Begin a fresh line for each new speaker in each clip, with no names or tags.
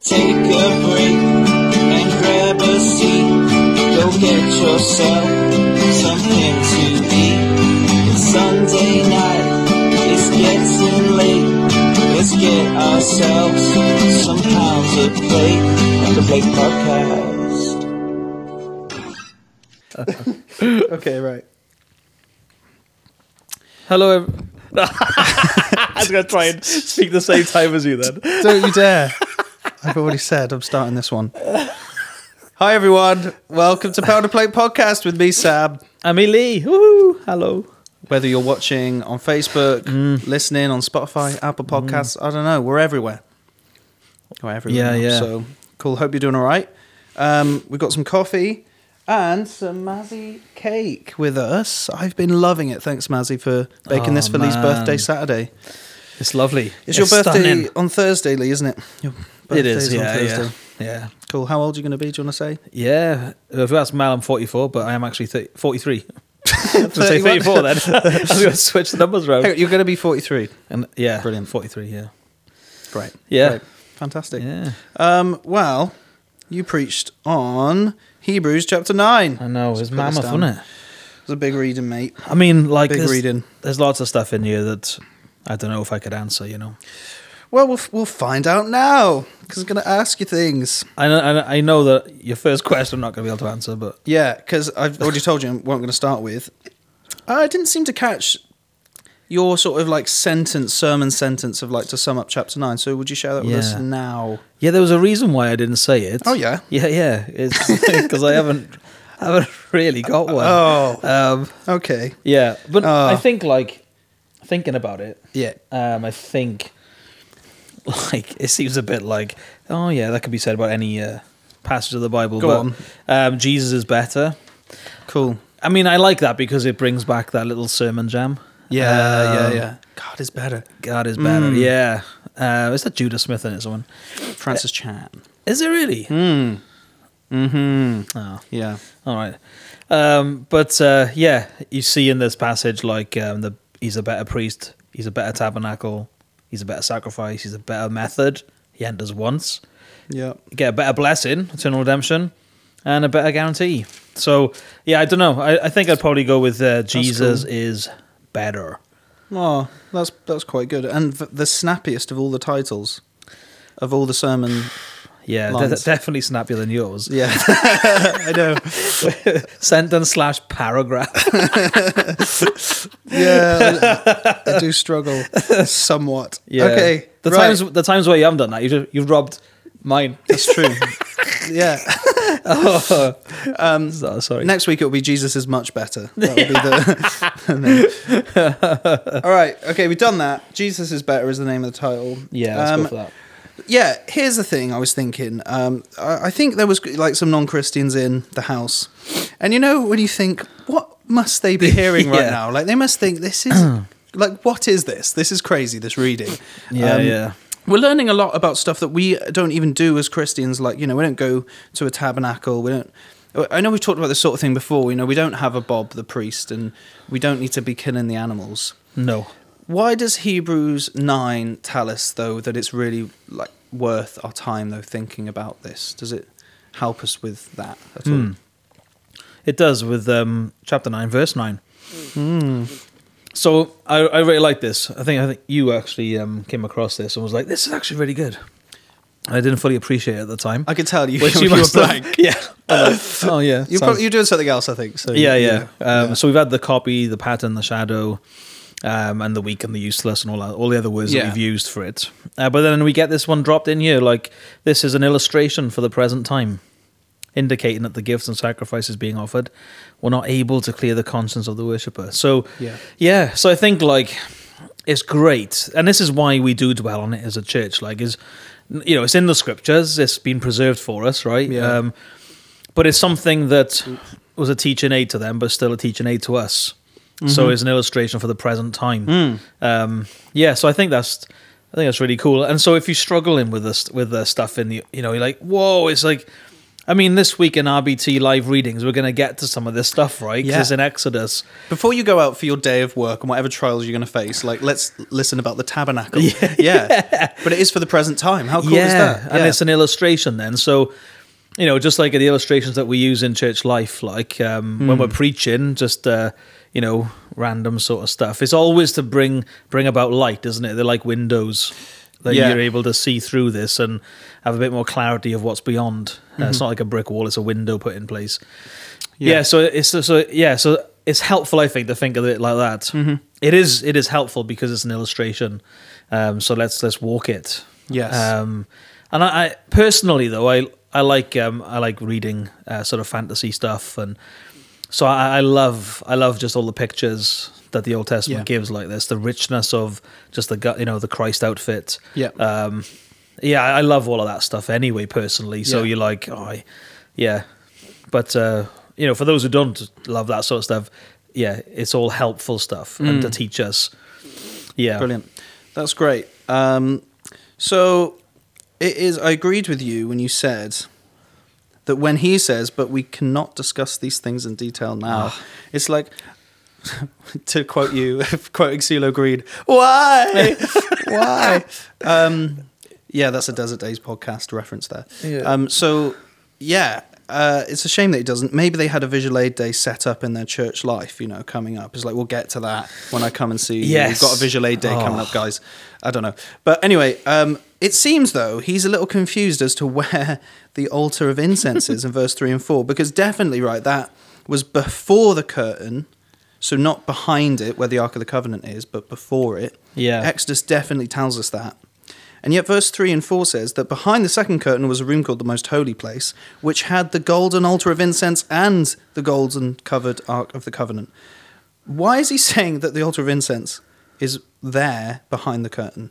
Take a break and grab a seat. Go get yourself something to eat. It's Sunday night, it's getting late. Let's get ourselves some pounds of plate on the Blake Podcast.
Okay, right.
Hello. Ev- I was going to try and speak the same time as you then.
Don't you dare. I've already said I'm starting this one. Hi, everyone. Welcome to Powder Plate Podcast with me, Sab.
I'm Lee. Woohoo. Hello.
Whether you're watching on Facebook,
Mm.
listening on Spotify, Apple Podcasts, I don't know, we're everywhere. We're everywhere.
Yeah,
now,
yeah.
So cool. Hope you're doing all right. Um, we've got some coffee and some Mazzy cake with us. I've been loving it. Thanks, Mazzy, for baking
Oh,
this for Lee's
man.
birthday Saturday.
It's lovely.
It's, your birthday
stunning.
on Thursday, Lee, isn't it? Your
It is.
birthday's on
Yeah, yeah.
Thursday.
Yeah.
Cool. How old are you going to be? Do you want to say?
Yeah. If that's Mal, I'm 44, but I am actually th- 43. I was gonna say
31.
34 then. I was going to switch the numbers around.
You're going to be 43.
And yeah.
Brilliant.
43, yeah.
Great.
Yeah.
Great. Fantastic.
Yeah.
Um, well, you preached on Hebrews chapter 9.
I know. It was
put this
mammoth,
down.
wasn't it?
It was a big reading, mate.
I mean, like,
Big
there's,
reading.
there's lots of stuff in here that I don't know if I could answer, you know.
Well, we'll, f- we'll find out now because I'm going to ask you things.
I know, I know- I know that your first question I'm not going to be able to answer, but
Yeah, because I've already told you what I'm going to start with. I didn't seem to catch your sort of like sentence, sermon sentence of like to sum up chapter 9. So would you share that with us
Yeah.
now?
Yeah, there was a reason why I didn't say it.
Oh, yeah?
yeah, yeah. It's because I haven't, haven't really got one.
Oh.
um,
Okay.
yeah. But
Oh.
I think like thinking about it,
Yeah.
um, I think like it seems a bit like oh yeah, that could be said about any uh, passage of the Bible.
Go
but,
on.
Um, Jesus is better.
Cool.
I mean, I like that because it brings back that little sermon jam.
Yeah, yeah,
Um,
yeah. God is better.
God is better.
Mm.
Yeah. Uh, is that Judah Smith in it? Someone
Francis Chan.
is it really?
Mm. Mm-hmm.
Oh.
Yeah.
All right. Um, but uh, yeah, you see in this passage, like um, the he's a better priest, he's a better tabernacle, he's a better sacrifice, he's a better method. He enters once,
Yeah.
you get a better blessing, eternal redemption, and a better guarantee. So yeah, I don't know. I, I think I'd probably go with uh, Jesus
cool.
is better.
Oh, that's that's quite good. And v- the snappiest of all the titles of all the sermon.
Yeah, de-
Lines.
definitely snappier than yours.
Yeah. I know.
Sentence slash paragraph.
Yeah. I do struggle somewhat.
Yeah.
Okay.
The
right.
times the times where you haven't done that, you just, you've robbed mine. Oh.
That's true. yeah. Um,
So- sorry.
Next week it'll be Jesus is much better. That'll be the. and then- all right. Okay. We've done that. Jesus is better is the name of the title.
Yeah, let's
Um,
go for that.
Yeah, here's the thing I was thinking. Um, I, I think there was like some non Christians in the house. And you know, when you think, what must they be hearing right
Yeah.
now? Like, they must think, this is like, what is this? This is crazy, this reading.
Yeah,
um,
yeah.
We're learning a lot about stuff that we don't even do as Christians. Like, you know, we don't go to a tabernacle. We don't. I know we've talked about this sort of thing before. You know, we don't have a Bob the priest and we don't need to be killing the animals.
No.
Why does Hebrews 9 tell us though that it's really like worth our time though thinking about this? Does it help us with that at all?
Hmm. It does with um, chapter nine, verse nine.
Hmm.
So I, I really like this. I think I think you actually um, came across this and was like, "This is actually really good." I didn't fully appreciate it at the time.
I could tell you,
Which
you were
must have-
blank. Uh,
Yeah. oh yeah.
You're,
sounds-
probably, you're doing something else, I think. So
yeah, yeah.
yeah. Uh,
Um, So we've had the copy, the pattern, the shadow, um, and the weak and the useless, and all that, all the other words
Yeah.
that we've used for it. Uh, but then we get this one dropped in here, like this is an illustration for the present time, indicating that the gifts and sacrifices being offered were not able to clear the conscience of the worshipper. So
Yeah.
yeah. So I think like it's great, and this is why we do dwell on it as a church. Like is you know it's in the scriptures, it's been preserved for us, right?
Yeah.
Um, but it's something that was a teaching aid to them, but still a teaching aid to us.
Mm-hmm.
So it's an illustration for the present time.
Hmm.
Um, yeah, so I think that's I think that's really cool. And so if you're struggling with this with the stuff in the you know you're like whoa, it's like I mean, this week in RBT live readings, we're going to get to some of this stuff, right? 'Cause
Yeah.
it's in Exodus.
Before you go out for your day of work and whatever trials you're going to face, like let's listen about the tabernacle. Yeah. But it is for the present time. How cool is that?
and it's an illustration then. So, you know, just like the illustrations that we use in church life, like um,
Hmm.
when we're preaching, just uh, you know, random sort of stuff. It's always to bring bring about light, isn't it? They're like windows that
Yeah.
you're able to see through this and have a bit more clarity of what's beyond. Uh,
Mm-hmm.
it's not like a brick wall; it's a window put in place. Yeah. so it's so yeah, so it's helpful, I think, to think of it like that.
Mm-hmm.
It is it is helpful because it's an illustration. Um, so let's let's walk it.
Yes.
Um, and I, I personally though I I like um, I like reading uh, sort of fantasy stuff and so I, I love I love just all the pictures that the Old Testament
Yeah.
gives like this the richness of just the gut you know the Christ outfit
Yeah.
um, yeah I I love all of that stuff anyway personally so
Yeah.
you're like oh I- yeah but uh, you know for those who don't love that sort of stuff yeah it's all helpful stuff and to teach us yeah
Mm. Brilliant. That's great. Um, so it is. I agreed with you when you said that when he says, "But we cannot discuss these things in detail now,"
Ah.
it's like. to quote you, quoting CeeLo Green, why? why? Um, yeah, that's a Desert Days podcast reference there.
Yeah.
Um, so, yeah, uh, it's a shame that it doesn't. Maybe they had a visual aid day set up in their church life, you know, coming up. It's like, we'll get to that when I come and see you.
Yes.
We've got a visual aid day coming
Oh.
up, guys. I don't know. But anyway, um, it seems though he's a little confused as to where the altar of incense is in verse 3 and 4 because definitely right that was before the curtain, so not behind it where the ark of the covenant is, but before it.
Yeah.
Exodus definitely tells us that. And yet, verse 3 and 4 says that behind the second curtain was a room called the Most Holy Place, which had the golden altar of incense and the golden covered Ark of the Covenant. Why is he saying that the altar of incense is there behind the curtain?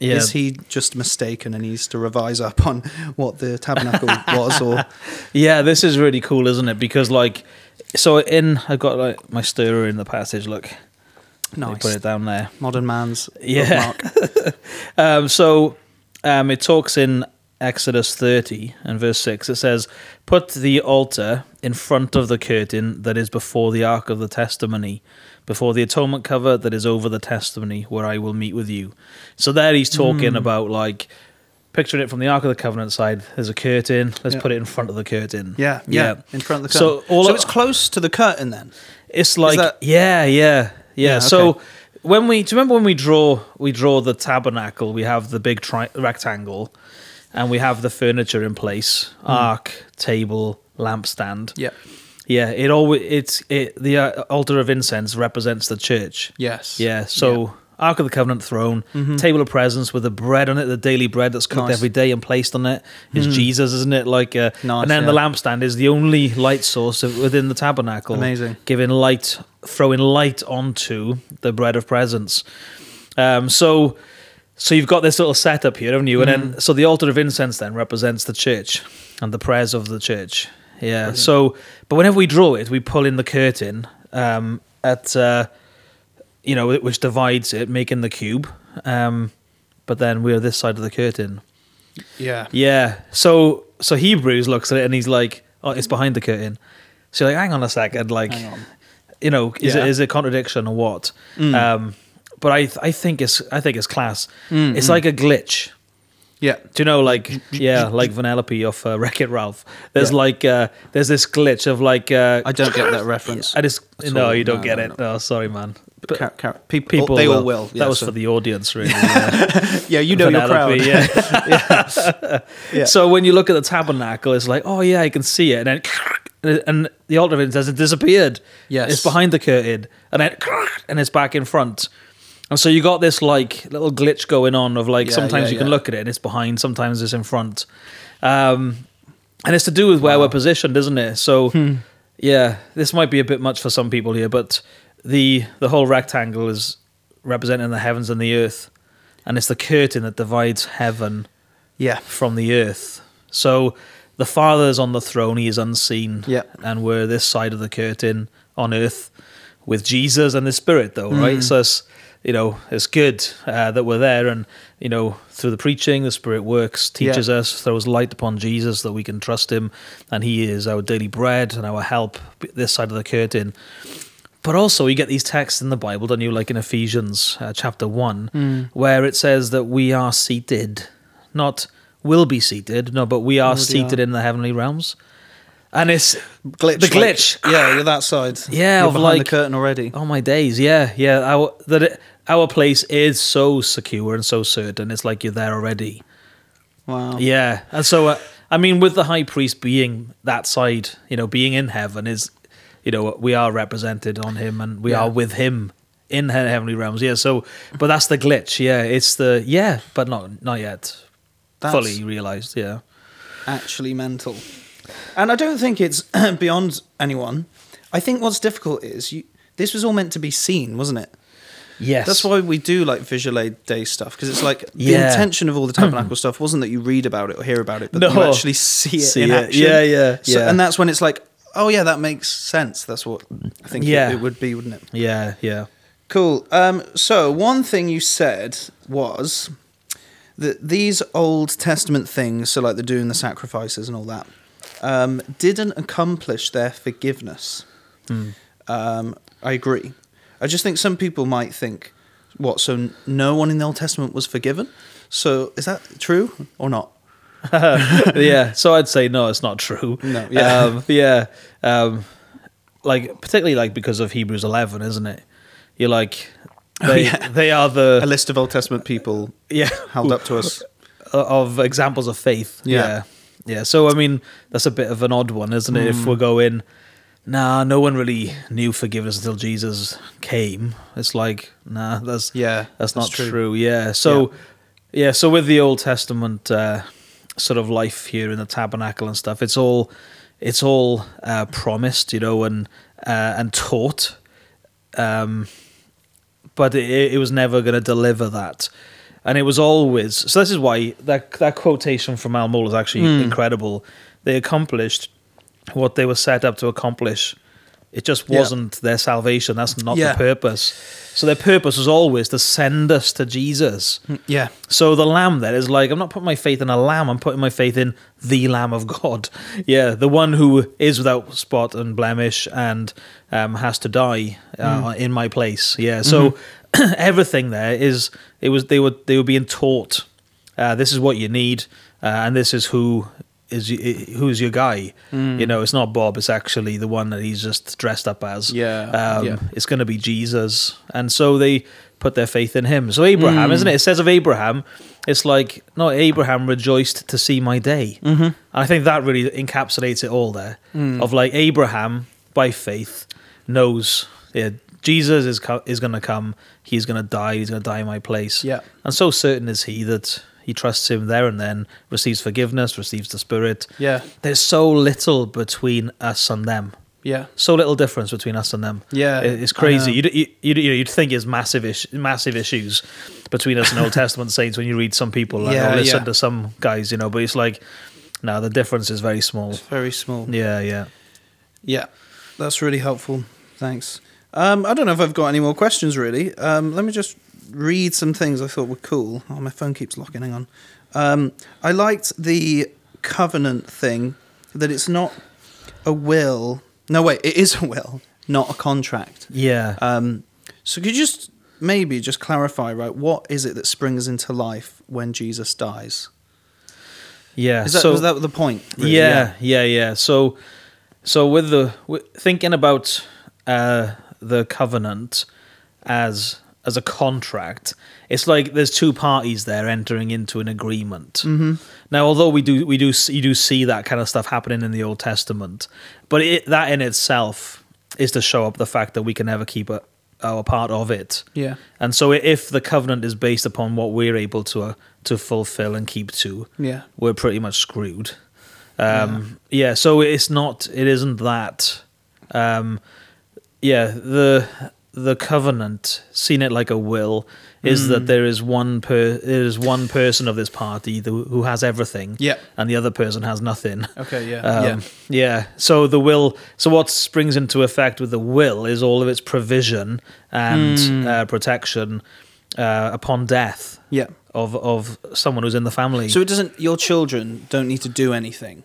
yeah
Is he just mistaken and needs to revise up on what the tabernacle was? Or
Yeah, this is really cool, isn't it? Because like, so in I got like my stirrer in the passage. Look, Let me
nice,
put it down there.
modern man's
Yeah.
bookmark.
Um, so um, it talks in Exodus 30 and verse 6. It says, Put the altar in front of the curtain that is before the ark of the testimony, before the atonement cover that is over the testimony, where I will meet with you. So there he's talking
Hmm.
about like, picturing it from the ark of the covenant side there's a curtain let's
Yeah.
put it in front of the curtain
Yeah, yeah, in front of the
So
curtain. So,
all
so
I-
it's close to the curtain then.
It's like
that-
yeah, yeah, yeah.
Yeah,
So
okay.
when we do you remember when we draw we draw the tabernacle, we have the big tri- rectangle, and we have the furniture in place: ark, table, lampstand.
Hmm. Yeah.
yeah. It always it's it the uh, altar of incense represents the church.
Yes. Mm-hmm.
Yeah. So Ark of the Covenant throne, table of presence with the bread on it, the daily bread that's cooked
Nice. Hmm.
every day and placed on it is Jesus, isn't it? Like, uh,
Nice,
and then
yeah.
the lampstand is the only light source of, within the tabernacle.
Amazing.
Giving light, throwing light onto the bread of presence. Um, so. So you've got this little setup here, haven't you? And then, so the altar of incense then represents the church and the prayers of the church. Yeah. So, but whenever we draw it, we pull in the curtain um, at uh, you know, which divides it, making the cube. Um, but then we're this side of the curtain.
Yeah.
Yeah. So so Hebrews looks at it and he's like, "Oh, it's behind the curtain." So you're like, hang on a second, like,
Hang on.
you know, is
Yeah.
it is it a contradiction or what? Um, but I I think it's I think it's class. It's like a glitch.
Yeah.
Do you know, like, yeah, like Vanellope off uh, Wreck It Ralph. There's
Yeah.
like, uh, there's this glitch of like, uh,
I don't get that reference.
I just no,
all.
you don't
No,
get
no,
it. No, sorry, man. But
Car- car-
people,
they all will. Yeah,
that was
so-
for the audience, really. yeah.
Yeah, you know your crowd.
Vanellope, yeah.
Yeah.
So when you look at the tabernacle, it's like, oh yeah, I can see it, and then and the altar of it has disappeared.
Yes.
it's behind the curtain, and then and it's back in front. And so you got this like little glitch going on of like
Yeah,
sometimes
yeah,
you can
yeah.
look at it and it's behind, sometimes it's in front, um, and it's to do with where we're positioned, isn't it? So
Hmm.
yeah, this might be a bit much for some people here, but the the whole rectangle is representing the heavens and the earth, and it's the curtain that divides heaven
yeah.
from the earth. So the Father is on the throne, he is unseen.
Yeah.
And we're this side of the curtain on earth. with Jesus and the Spirit, though, right?
Mm.
So it's you know it's good uh, that we're there, and you know through the preaching, the Spirit works, teaches
Yeah.
us, throws light upon Jesus that we can trust Him, and He is our daily bread and our help this side of the curtain. But also, you get these texts in the Bible, don't you? Like in Ephesians uh, chapter one, where it says that we are seated, not will be seated, no, but we are
Already
seated
are.
in the heavenly realms. And it's
glitch. like-
The glitch.
yeah, you're that side.
Yeah,
you're
of
behind
like-
the curtain already.
Oh my days! Yeah, yeah. Our that it, our place is so secure and so certain. It's like you're there already.
Wow.
Yeah, and so uh, I mean, with the high priest being that side, you know, being in heaven is, you know, we are represented on him and we
Yeah.
are with him in he- heavenly realms. Yeah. So, but that's the glitch. Yeah, it's the yeah, but not not yet
That's-
fully realized. Yeah.
actually mental. And I don't think it's beyond anyone. I think what's difficult is you, this was all meant to be seen, wasn't it?
Yes.
That's why we do like visual aid day stuff because it's like the
Yeah.
intention of all the tabernacle stuff wasn't that you read about it or hear about it, but that you
No.
actually see it
See
in
it.
action.
Yeah, yeah,
So-
yeah.
And that's when it's like, oh yeah, that makes sense. That's what I think it-
Yeah.
it would be, wouldn't it?
Yeah. Yeah.
Cool. Um, so one thing you said was that these Old Testament things, so like the doing the sacrifices and all that, um, didn't accomplish their forgiveness. Um, I agree. I just think some people might think, what? So n- no one in the Old Testament was forgiven. So is that true or not?
yeah. So I'd say no, it's not true.
No, yeah.
Um, yeah. Um, like particularly like because of Hebrews eleven, isn't it? You're like they they are
Oh, A
the
list of Old Testament people
yeah
held up to us.
uh, of examples of faith.
Yeah.
Yeah. yeah. So I mean, that's a bit of an odd one, isn't it?
Hmm.
If we're going, nah, no one really knew forgiveness until Jesus came. It's like, nah, that's
Yeah,
that's not
that's true.
true. Yeah. So yeah. so with the Old Testament uh, sort of life here in the tabernacle and stuff, it's all it's all uh, promised, you know, and uh, and taught but it, it was never going to deliver that. And it was always so. This is why that that quotation from Al Muller is actually
Hmm.
incredible. They accomplished what they were set up to accomplish. It just
Yeah.
wasn't their salvation. That's not
Yeah.
the purpose. So their purpose was always to send us to Jesus.
Yeah.
So the lamb there is like, I'm not putting my faith in a lamb, I'm putting my faith in the Lamb of God. Yeah, the one who is without spot and blemish and um, has to die uh,
Mm.
in my place. Yeah, so
Mm-hmm.
everything there is, it was they were they were being taught, uh, this is what you need, uh, and this is who is y- who's your guy.
Mm.
You know, it's not Bob, it's actually the one that he's just dressed up as.
Yeah,
um,
yeah.
it's going to be Jesus. And so they put their faith in him. So Abraham,
Mm.
isn't it? It says of Abraham, it's like, no, Abraham rejoiced to see my day. Mm-hmm. And I think that really encapsulates it all there
Mm.
of like Abraham by faith knows yeah, Jesus is, co- is going to come. He's going to die. He's going to die in my place.
Yeah.
And so certain is he that he trusts him there and then receives forgiveness, receives the spirit.
Yeah.
There's so little between us and them
Yeah.
so little difference between us and them.
Yeah,
It- it's
I
crazy.
know.
You'd, you you'd, you'd think it's massive ish, massive issues between us and Old Testament saints when you read some people like,
Yeah,
or listen
yeah.
to some guys, you know. But it's like, no, the difference is very small.
Very small.
Yeah, yeah.
Yeah, that's really helpful. Thanks. Um, I don't know if I've got any more questions, really. Um, let me just read some things I thought were cool. Oh, my phone keeps locking. Hang on. Um, I liked the covenant thing that it's not a will. No, wait, it is a will, not a contract.
Yeah.
Um, so could you just maybe just clarify, right? What is it that springs into life when Jesus dies?
yeah.
Is that,
so,
was that the point? really?
yeah, yeah, yeah, So, so with the with, thinking about uh, the covenant as as a contract, it's like there's two parties there entering into an agreement. Mm-hmm. Now, although we do we do s- you do see that kind of stuff happening in the Old Testament, but it, that in itself is to show up the fact that we can never keep a, our part of it.
Yeah.
And so, i- if the covenant is based upon what we're able to uh, to fulfill and keep to,
Yeah.
we're pretty much screwed. Um, yeah. So it's not. It isn't that. Um, yeah. The the covenant, seen it like a will, is
Mm.
that there is one per there is one person of this party th- who has everything,
Yeah.
and the other person has nothing.
Okay, yeah,
Um,
yeah.
yeah. So the will. So what springs into effect with the will is all of its provision and uh, protection uh, upon death
Hmm. Yeah.
of of someone who's in the family.
So it doesn't. Your children don't need to do anything,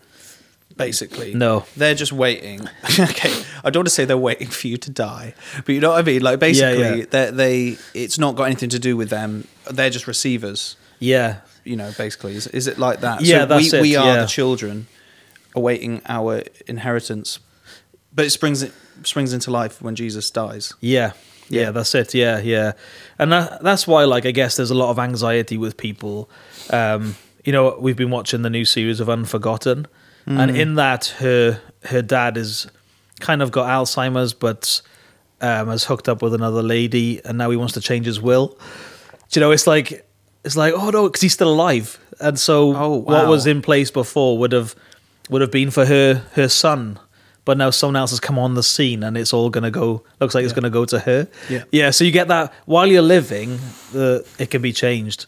basically.
No.
they're just waiting. okay, I don't want to say they're waiting for you to die, but you know what I mean. Like basically,
yeah.
they're- they it's not got anything to do with them. They're just receivers.
yeah.
You know, basically, is, is it like that?
Yeah,
so
that's
we,
it,
we are
yeah.
the children awaiting our inheritance, but it springs it springs into life when Jesus dies.
Yeah. Yeah, that's it. Yeah, yeah, and that, that's why, like, I guess there's a lot of anxiety with people. Um, you know, we've been watching the new series of Unforgotten, and in that, her her dad is kind of got Alzheimer's, but um, has hooked up with another lady, and now he wants to change his will. Do you know, it's like it's like, oh no, because he's still alive, and so
Oh,
what
wow.
was in place before would have would have been for her her son but now someone else has come on the scene and it's all going to go looks like it's going to go to her
Yeah.
yeah so you get that while you're living the it can be changed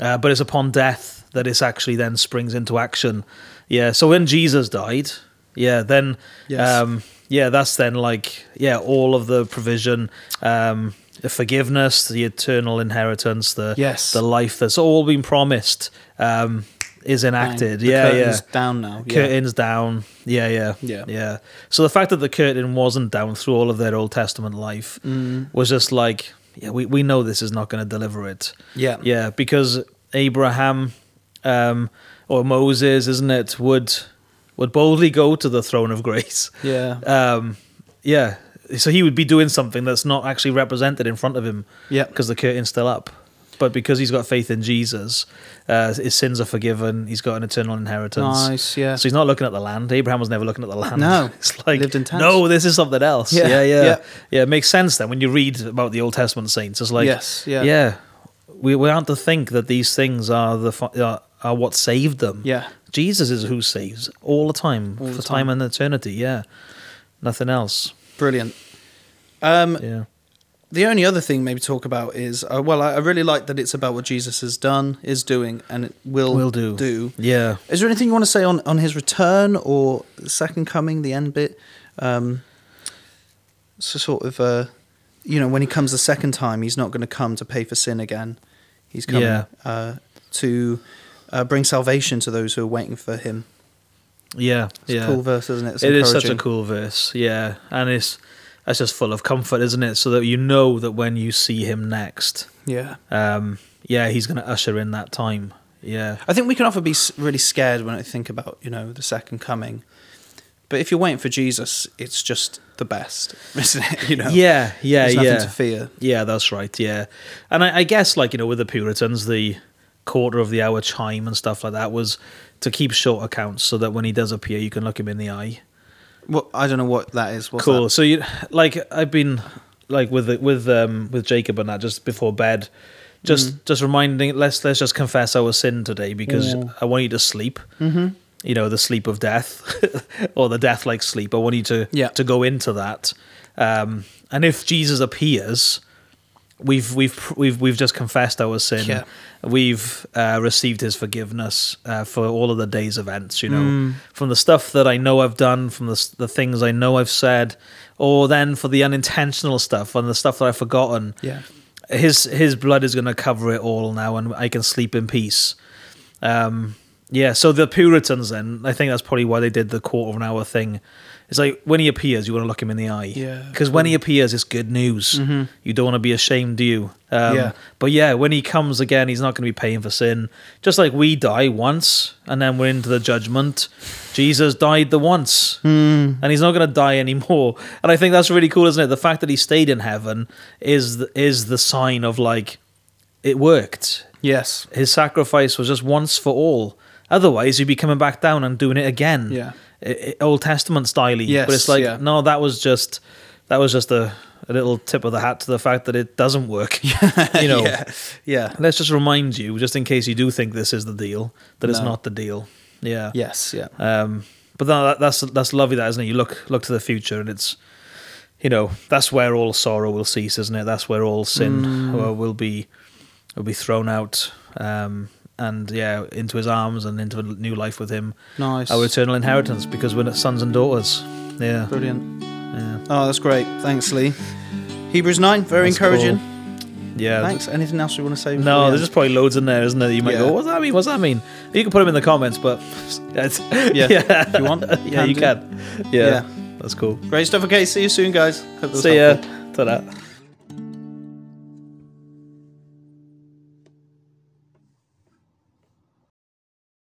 uh, but it's upon death that it's actually then springs into action yeah so when jesus died yeah then
Yes.
um yeah that's then like yeah all of the provision um the forgiveness the eternal inheritance the
Yes.
the life that's all been promised um is enacted
The
yeah yeah
curtain's down now. yeah.
curtains down. Yeah, yeah,
Yeah.
yeah. So the fact that the curtain wasn't down through all of their Old Testament life
Mm.
was just like, yeah, we, we know this is not going to deliver it.
Yeah.
yeah, because Abraham um, or Moses, isn't it, would would boldly go to the throne of grace.
Yeah.
Um, yeah. So he would be doing something that's not actually represented in front of him.
Yeah.
Because the curtain's still up. But because he's got faith in Jesus, uh, his sins are forgiven. He's got an eternal inheritance.
Nice, yeah.
So he's not looking at the land. Abraham was never looking at the land.
No.
It's like,
Lived in tents.
no, this is something else.
Yeah,
Yeah, yeah. Yeah,
yeah.
it makes sense then when you read about the Old Testament saints. It's like,
Yes, yeah.
Yeah. We, we aren't to think that these things are the fi- are, are what saved them.
Yeah.
Jesus is who saves all the time,
All the
for time. and eternity. Yeah. Nothing else.
Brilliant. Um,
Yeah.
The only other thing maybe talk about is uh, well, I, I really like that it's about what Jesus has done, is doing, and it will
Will do.
do.
Yeah.
Is there anything you want to say on, on his return or the second coming, the end bit? Um, so sort of, uh, you know, when he comes the second time, he's not going to come to pay for sin again. He's coming
Yeah.
uh, to uh, bring salvation to those who are waiting for him.
Yeah.
It's
yeah.
a cool verse, isn't it? It's
It is such a
encouraging.
cool verse. Yeah. And it's that's just full of comfort, isn't it? So that you know that when you see him next,
Yeah.
um, yeah, he's gonna usher in that time. Yeah.
I think we can often be s- really scared when I think about, you know, the second coming. But if you're waiting for Jesus, it's just the best, isn't it? You know,
Yeah, yeah,
There's
yeah.
nothing to fear.
Yeah, that's right. Yeah, and I, I guess like you know with the Puritans, the quarter of the hour chime and stuff like that was to keep short accounts so that when he does appear, you can look him in the eye.
Well, I don't know what that is. What's
cool.
that?
So you like I've been like with the- with um with Jacob and that just before bed, just
Mm.
just reminding let's let's just confess our sin today because
Mm.
I want you to sleep. Mm-hmm. You know the sleep of death, or the death like sleep. I want you to
Yeah.
to go into that. Um, and if Jesus appears, we've we've pr- we've we've just confessed our sin.
Yeah.
We've uh, received His forgiveness uh, for all of the day's events. You know,
Mm.
from the stuff that I know I've done, from the s- the things I know I've said, or then for the unintentional stuff and the stuff that I've forgotten.
Yeah.
His his blood is going to cover it all now, and I can sleep in peace. Um, yeah, so the Puritans then, I think that's probably why they did the quarter of an hour thing. It's like when he appears, you want to look him in the eye.
Yeah.
Because when he appears, it's good news. You don't want to be ashamed, do you? Um,
Yeah.
But yeah, when he comes again, he's not going to be paying for sin. Just like we die once and then we're into the judgment, Jesus died the once and he's not going to die anymore. And I think that's really cool, isn't it? The fact that he stayed in heaven is the, is the sign of like, it worked
Yes.
his sacrifice was just once for all. Otherwise, he'd be coming back down and doing it again.
Yeah.
I- I- Old Testament style.
Yes,
but it's like
yeah.
no, that was just that was just a, a little tip of the hat to the fact that it doesn't work. you know,
yeah. Yeah.
let's just remind you, just in case you do think this is the deal, that it's
No.
not the deal. Yeah.
Yes. Yeah.
Um, but that, that's that's lovely, that isn't it? You look look to the future, and it's you know, that's where all sorrow will cease, isn't it? That's where all sin
Mm.
uh, will be will be thrown out, um, and yeah, into His arms and into a new life with Him,
Nice.
our eternal inheritance, because we're sons and daughters. Yeah,
Brilliant.
yeah,
Oh, that's great. Thanks, Lee. Hebrews 9, very
That's
encouraging.
yeah.
Thanks. Anything else you want to say? before we
No,
end?
there's just probably loads in there, isn't there? that You might
Yeah.
go, what's that mean? What's that mean? You can put them in the comments, but it's,
Yeah,
yeah,
if you want,
yeah,
can
you
do.
can. Yeah,
Yeah.
that's cool.
Great stuff. Okay, see you soon, guys. Hope that was
See ya.
helpful.
Ta-da.